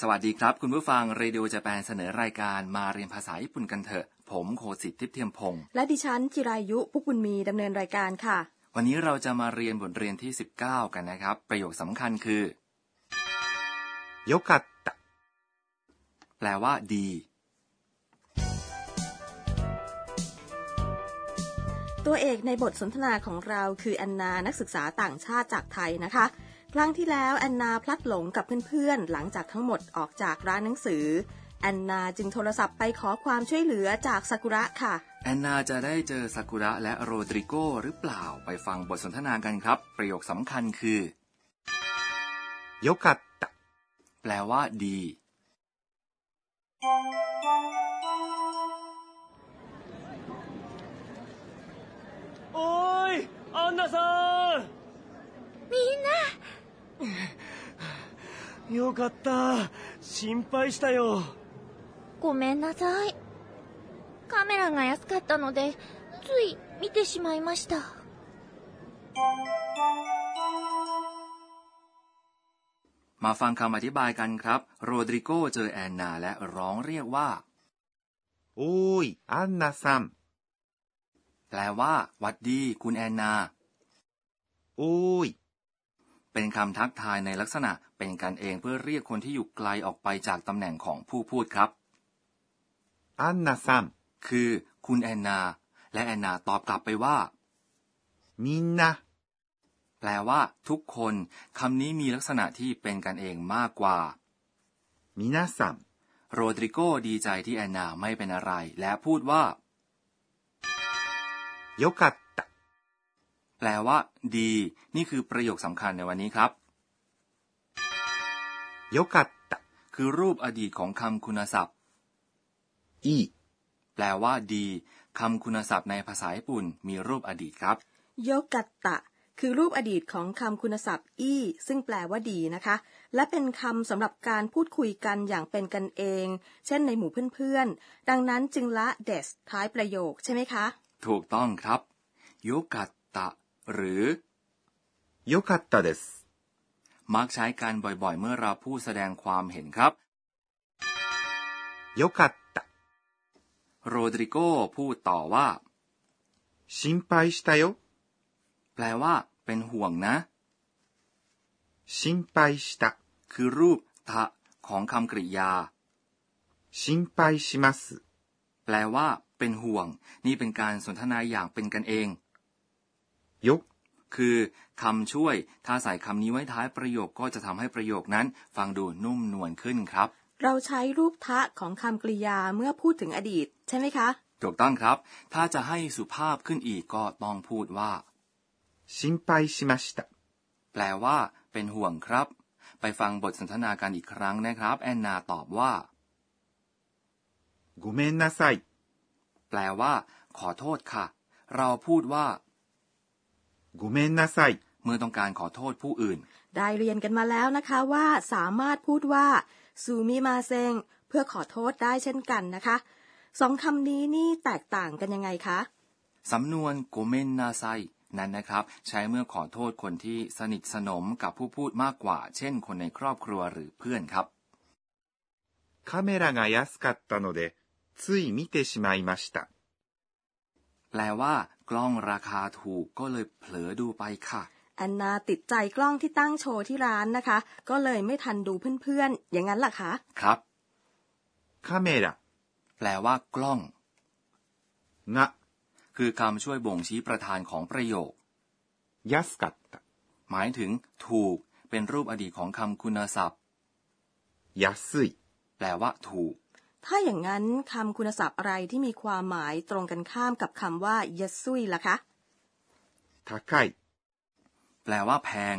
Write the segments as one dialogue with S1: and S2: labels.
S1: สวัสดีครับ คุณผู้ฟังเรดิโอจะแปนเสนอรายการมาเรียนภาษาญี่ปุ่นกันเถอะ ผมโคสิทธิ์ทิพย์เทียมพงศ์
S2: และดิฉันจิรายุพุกบุญมีดำเนินรายการค่ะ
S1: วันนี้เราจะมาเรียนบทเรียนที่ 19 กันนะครับ ประโยคสำคัญคือ
S3: よかった。
S1: แปลว่า ดี
S2: ตัวเอกในบทสนทนาของเราคือแอนนานักศึกษาต่างชาติจากไทยนะคะ ครั้งที่แล้วแอนนาพลัดหลงกับเพื่อนๆ หลังจากทั้งหมดออกจากร้านหนังสือแอนนาจึงโทรศัพท์ไปขอความช่วยเหลือจากซากุระค่ะ
S1: แอนนาจะได้เจอซากุระและโรดริโกหรือเปล่าไปฟังบทสนทนากันครับ ประโยคสำคัญคือ
S3: よかった。
S1: แปลว่า ดี
S4: おーいアンナさんみんなよかった心配したよ
S5: ごめんなさい。カメラが安かったので、つい見てしまいました。
S1: มาฟังคำอธิบายกันครับ โรดริโกเจอแอนนาและร้องเรียกว่า
S3: おーい、アンナさん。
S1: แปลว่า หวัดดี คุณแอนนา
S3: おーい、
S1: เป็นคำทักทายในลักษณะเป็นกันเองเพื่อเรียกคนที่อยู่ไกลออกไปจากตำแหน่งของผู้พูดครับ
S3: アンナさん。
S1: คือ คุณแอนนา และแอนนาตอบกลับไปว่า
S3: みんな、
S1: แปลว่า ทุกคนคำนี้มีลักษณะที่เป็นกันเองมากกว่า
S3: 皆さん。
S1: โรดริโกดีใจที่แอนนาไม่เป็นอะไร และพูดว่า
S3: よかった。
S1: แปลว่า ดี นี่คือประโยคสำคัญในวันนี้ครับ
S3: よかった。
S1: คือรูปอดีตของคำคุณศัพท์
S3: いい。
S1: แปลว่า ดีคำคุณศัพท์ในภาษาญี่ปุ่น มีรูปอดีตครับ
S2: โยกัตตะ คือรูปอดีตของคำคุณศัพท์ อี้ซึ่งแปลว่าดีนะคะ และเป็นคำสำหรับการพูดคุยกันอย่างเป็นกันเอง เช่นในหมู่เพื่อนๆ ดังนั้นจึงละเดสท้ายประโยคใช่ไหมคะ
S1: ถูกต้องครับโยกัตตะ หรือ
S3: よかったです。
S1: มักใช้กันบ่อยๆ เมื่อเราพูดแสดงความเห็นครับ
S3: よかった。
S1: โรดริโกพูดต่อว่า
S3: 心配したよ。
S1: แปลว่า เป็นห่วงนะ
S3: 心配した。
S1: คือรูป ทะ ของคำกริยา
S3: 心配します。
S1: แปลว่า เป็นห่วง นี่เป็นการสนทนาอย่างเป็นกันเอง
S3: よ、
S1: คือคำช่วย ถ้าใส่คำนี้ไว้ท้ายประโยคก็จะทำให้ประโยคนั้น ฟังดูนุ่มนวลขึ้นครับ
S2: เราใช้รูปทะของคำกริยาเมื่อพูดถึงอดีต ใช่ไหมคะ
S1: ถูกต้องครับ ถ้าจะให้สุภาพขึ้นอีกก็ต้องพูดว่า
S3: 心配しました。
S1: แปลว่า เป็นห่วงครับ ไปฟังบทสนทนากันอีกครั้งนะครับ แอนนาตอบว่า
S3: ごめんなさい。
S1: แปลว่า ขอโทษค่ะ เราพูดว่า
S3: ごめんなさい。
S1: เมื่อต้องการขอโทษผู้อื่น
S2: ได้เรียนกันมาแล้วนะคะว่าสามารถพูดว่าซูมิมาเซงเพื่อขอโทษได้เช่นกันนะคะสองคำนี้นี่แตกต่างกันยังไงคะ
S1: สำนวนโกเมนนาไซนั้นนะครับ ใช้เมื่อขอโทษคนที่สนิทสนมกับผู้พูดมากกว่า เช่น คนในครอบครัวหรือเพื่อนครับ
S3: カメラが安かったので、つい見てしまいました。
S1: แปลว่า กล้องราคาถูกก็เลยเผลอดูไปค่ะ
S2: แอนนาติดใจกล้องที่ตั้งโชว์ที่ร้านนะคะ ก็เลยไม่ทันดูเพื่อนๆ อย่างนั้นล่ะคะ
S1: ครับ
S3: カメラ
S1: แปลว่ากล้อง
S3: が
S1: คือคำช่วยบ่งชี้ประธานของประโยค
S3: 安かった。
S1: หมายถึง ถูก เป็นรูปอดีตของคำคุณศัพท์
S3: 安い。
S1: แปลว่า ถูก
S2: ถ้าอย่างนั้นคำคุณศัพท์อะไรที่มีความหมายตรงกันข้ามกับคำว่ายัสซุยล่ะคะ
S3: 高い。
S1: แปลว่าแพง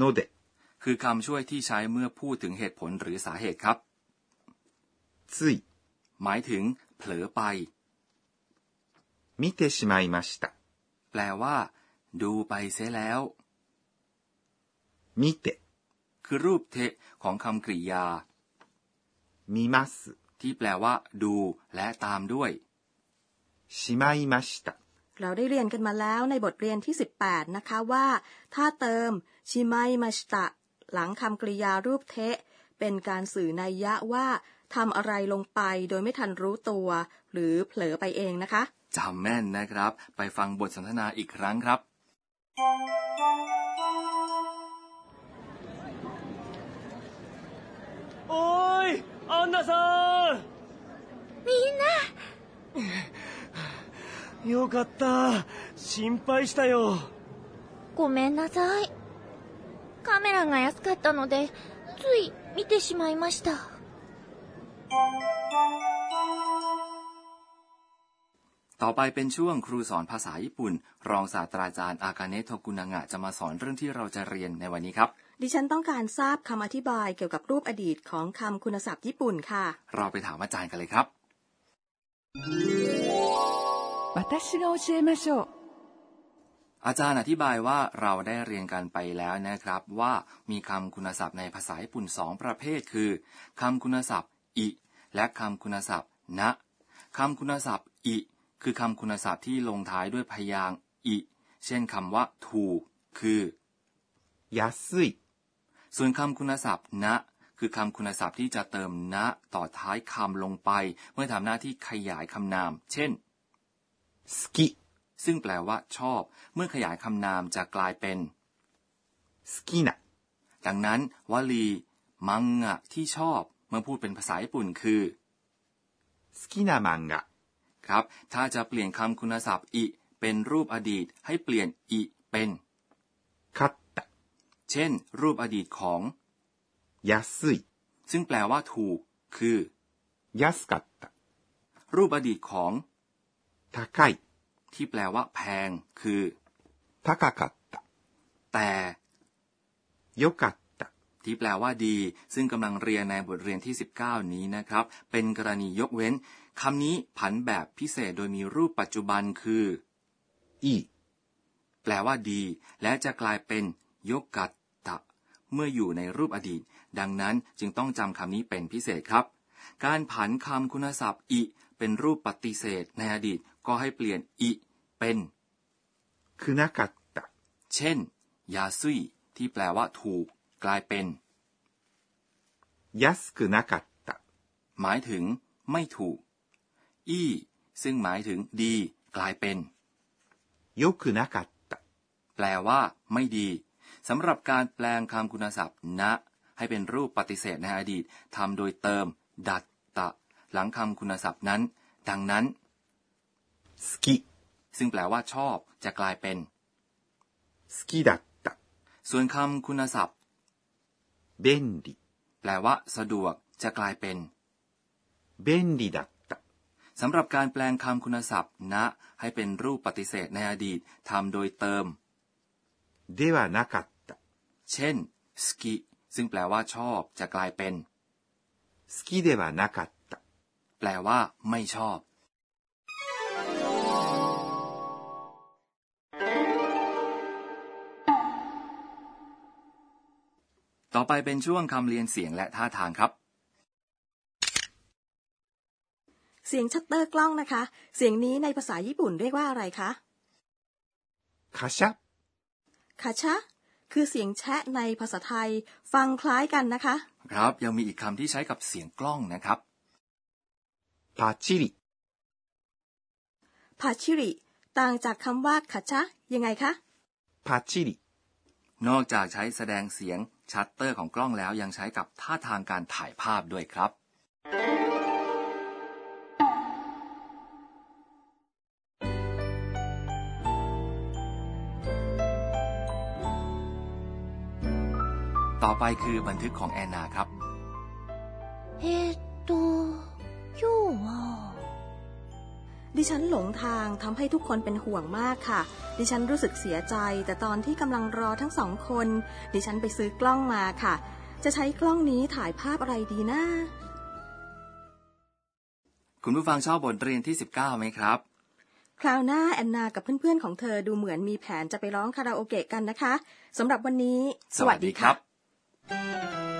S3: ので、
S1: คือคำช่วยที่ใช้เมื่อพูดถึงเหตุผลหรือสาเหตุครับ
S3: つい、
S1: หมายถึง เผลอไป
S3: 見てしまいました。
S1: แปลว่า ดูไปเสียแล้ว
S3: 見て、
S1: คือรูปเทะของคำกริยา
S3: 見ます。
S1: ที่แปลว่า ดู และตามด้วย
S3: しまいました。
S2: เราได้เรียนกันมาแล้วในบทเรียนที่ 18 นะคะว่า ถ้าเติมชิไมมาชตะ หลังคำกริยารูปเทะ เป็นการสื่อนัยยะว่าทำอะไรลงไปโดยไม่ทันรู้ตัว หรือเผลอไปเองนะคะ
S1: จำแม่นนะครับ ไปฟังบทสนทนาอีกครั้งครับ
S4: おーいアンナさんみんなよかった心配したよ
S5: ごめんなさい。カメラが安かったので、つい見てしまいました。
S1: ต่อไปเป็นช่วงครูสอนภาษาญี่ปุ่น รองศาสตราจารย์อากาเนะโทกุนางะจะมาสอนเรื่องที่เราจะเรียนในวันนี้ครับ
S2: ดิฉันต้องการทราบคำอธิบายเกี่ยวกับรูปอดีตของคำคุณศัพท์ญี่ปุ่นค่ะ
S1: เราไปถามอาจารย์กันเลยครับ
S6: 私が教えましょう。
S1: อาจารย์อธิบายว่าเราได้เรียนกันไปแล้วนะครับว่ามีคำคุณศัพท์ในภาษาญี่ปุ่นสองประเภทคือคำคุณศัพท์อิ และคำคุณศัพท์นะคำคุณศัพท์อิ คือคำคุณศัพท์ที่ลงท้ายด้วยพยางค์อิ เช่นคำว่า ถูก คือ
S3: 安い、
S1: ส่วนคำคุณศัพท์นะ คือคำคุณศัพท์ที่จะเติมนะต่อท้ายคำลงไป เมื่อทำหน้าที่ขยายคำนาม เช่น
S3: 好き、好
S1: ซึ่งแปลว่า ชอบ เมื่อขยายคำนามจะกลายเป็น
S3: きな、
S1: ดังนั้นวลีมังงะที่ชอบ เมื่อพูดเป็นภาษาญี่ปุ่นคือ
S3: 好きな漫画、
S1: ครับ ถ้าจะเปลี่ยนคำคุณศัพท์อิ เป็นรูปอดีตให้เปลี่ยนอิเป็น
S3: 買った、
S1: เช่น รูปอดีตของ
S3: 安い、
S1: ซึ่งแปลว่า ถูก คือ
S3: 安かった、
S1: รูปอดีตของ
S3: 高い、
S1: ที่แปลว่า แพง คือ
S3: 高かった、
S1: แต่
S3: 良かった、
S1: ที่แปลว่าดี ซึ่งกำลังเรียนในบทเรียนที่ 19 นี้นะครับ เป็นกรณียกเว้นคำนี้ผันแบบพิเศษโดยมีรูปปัจจุบันคือ
S3: いい、
S1: แปลว่าดี และจะกลายเป็นยกัตตะ เมื่ออยู่ในรูปอดีต ดังนั้นจึงต้องจำคำนี้เป็นพิเศษครับ การผันคำคุณศัพท์อิเป็นรูปปฏิเสธในอดีตก็ให้เปลี่ยนอิเป็น
S3: くなかった、
S1: เช่นยาซุยที่แปลว่าถูก กลายเป็น
S3: 安くなかった、
S1: หมายถึง ไม่ถูก อี้ ซึ่งหมายถึงดี กลายเป็น
S3: 良くなかった、
S1: แปลว่า ไม่ดีสำหรับการแปลงคำคุณศัพท์นะ ให้เป็นรูปปฏิเสธในอดีตทำโดยเติม ดัตตะ หลังคำคุณศัพท์นั้น ดังนั้น
S3: 好き、好
S1: ซึ่งแปลว่าชอบ จะกลายเป็น
S3: きだった、
S1: ส่วนคำคุณศัพท์
S3: 便利、
S1: แปลว่า สะดวก จะกลายเป็น
S3: 便利だった、
S1: สำหรับการแปลงคำคุณศัพท์นะ ให้เป็นรูปปฏิเสธในอดีตทำโดยเติม
S3: ではなかった、好
S1: เช่นสกิซึ่งแปลว่าชอบ จะกลายเป็น
S3: きではなかった、
S1: แปลว่า ไม่ชอบ ต่อไปเป็นช่วงคำเรียนเสียงและท่าทางครับ
S2: เสียงชัตเตอร์กล้องนะคะ เสียงนี้ในภาษาญี่ปุ่นเรียกว่าอะไรคะ
S3: カシャ、
S2: คาชะ คือเสียงแชะในภาษาไทย ฟังคล้ายกันนะคะ
S1: ครับยังมีอีกคำที่ใช้กับเสียงกล้องนะครับ
S3: パチリ、
S2: พาชิริ ต่างจากคำว่าคาชะ ยังไงคะ
S3: パチリ、
S1: นอกจากใช้แสดงเสียงชัตเตอร์ของกล้องแล้วยังใช้กับท่าทางการถ่ายภาพด้วยครับ ต่อไปคือบันทึกของแอนนาครับ
S5: えーっと、今日は、
S2: ดิฉันหลงทางทำให้ทุกคนเป็นห่วงมากค่ะ ดิฉันรู้สึกเสียใจ แต่ตอนที่กำลังรอทั้งสองคน ดิฉันไปซื้อกล้องมาค่ะ จะใช้กล้องนี้ถ่ายภาพอะไรดีนะ
S1: คุณผู้ฟังชอบบทเรียนที่ 19 ไหมครับ
S2: คราวหน้าแอนนากับเพื่อนๆของเธอดูเหมือนมีแผนจะไปร้องคาราโอเกะกันนะคะสำหรับวันนี้
S1: สวัสดีครับ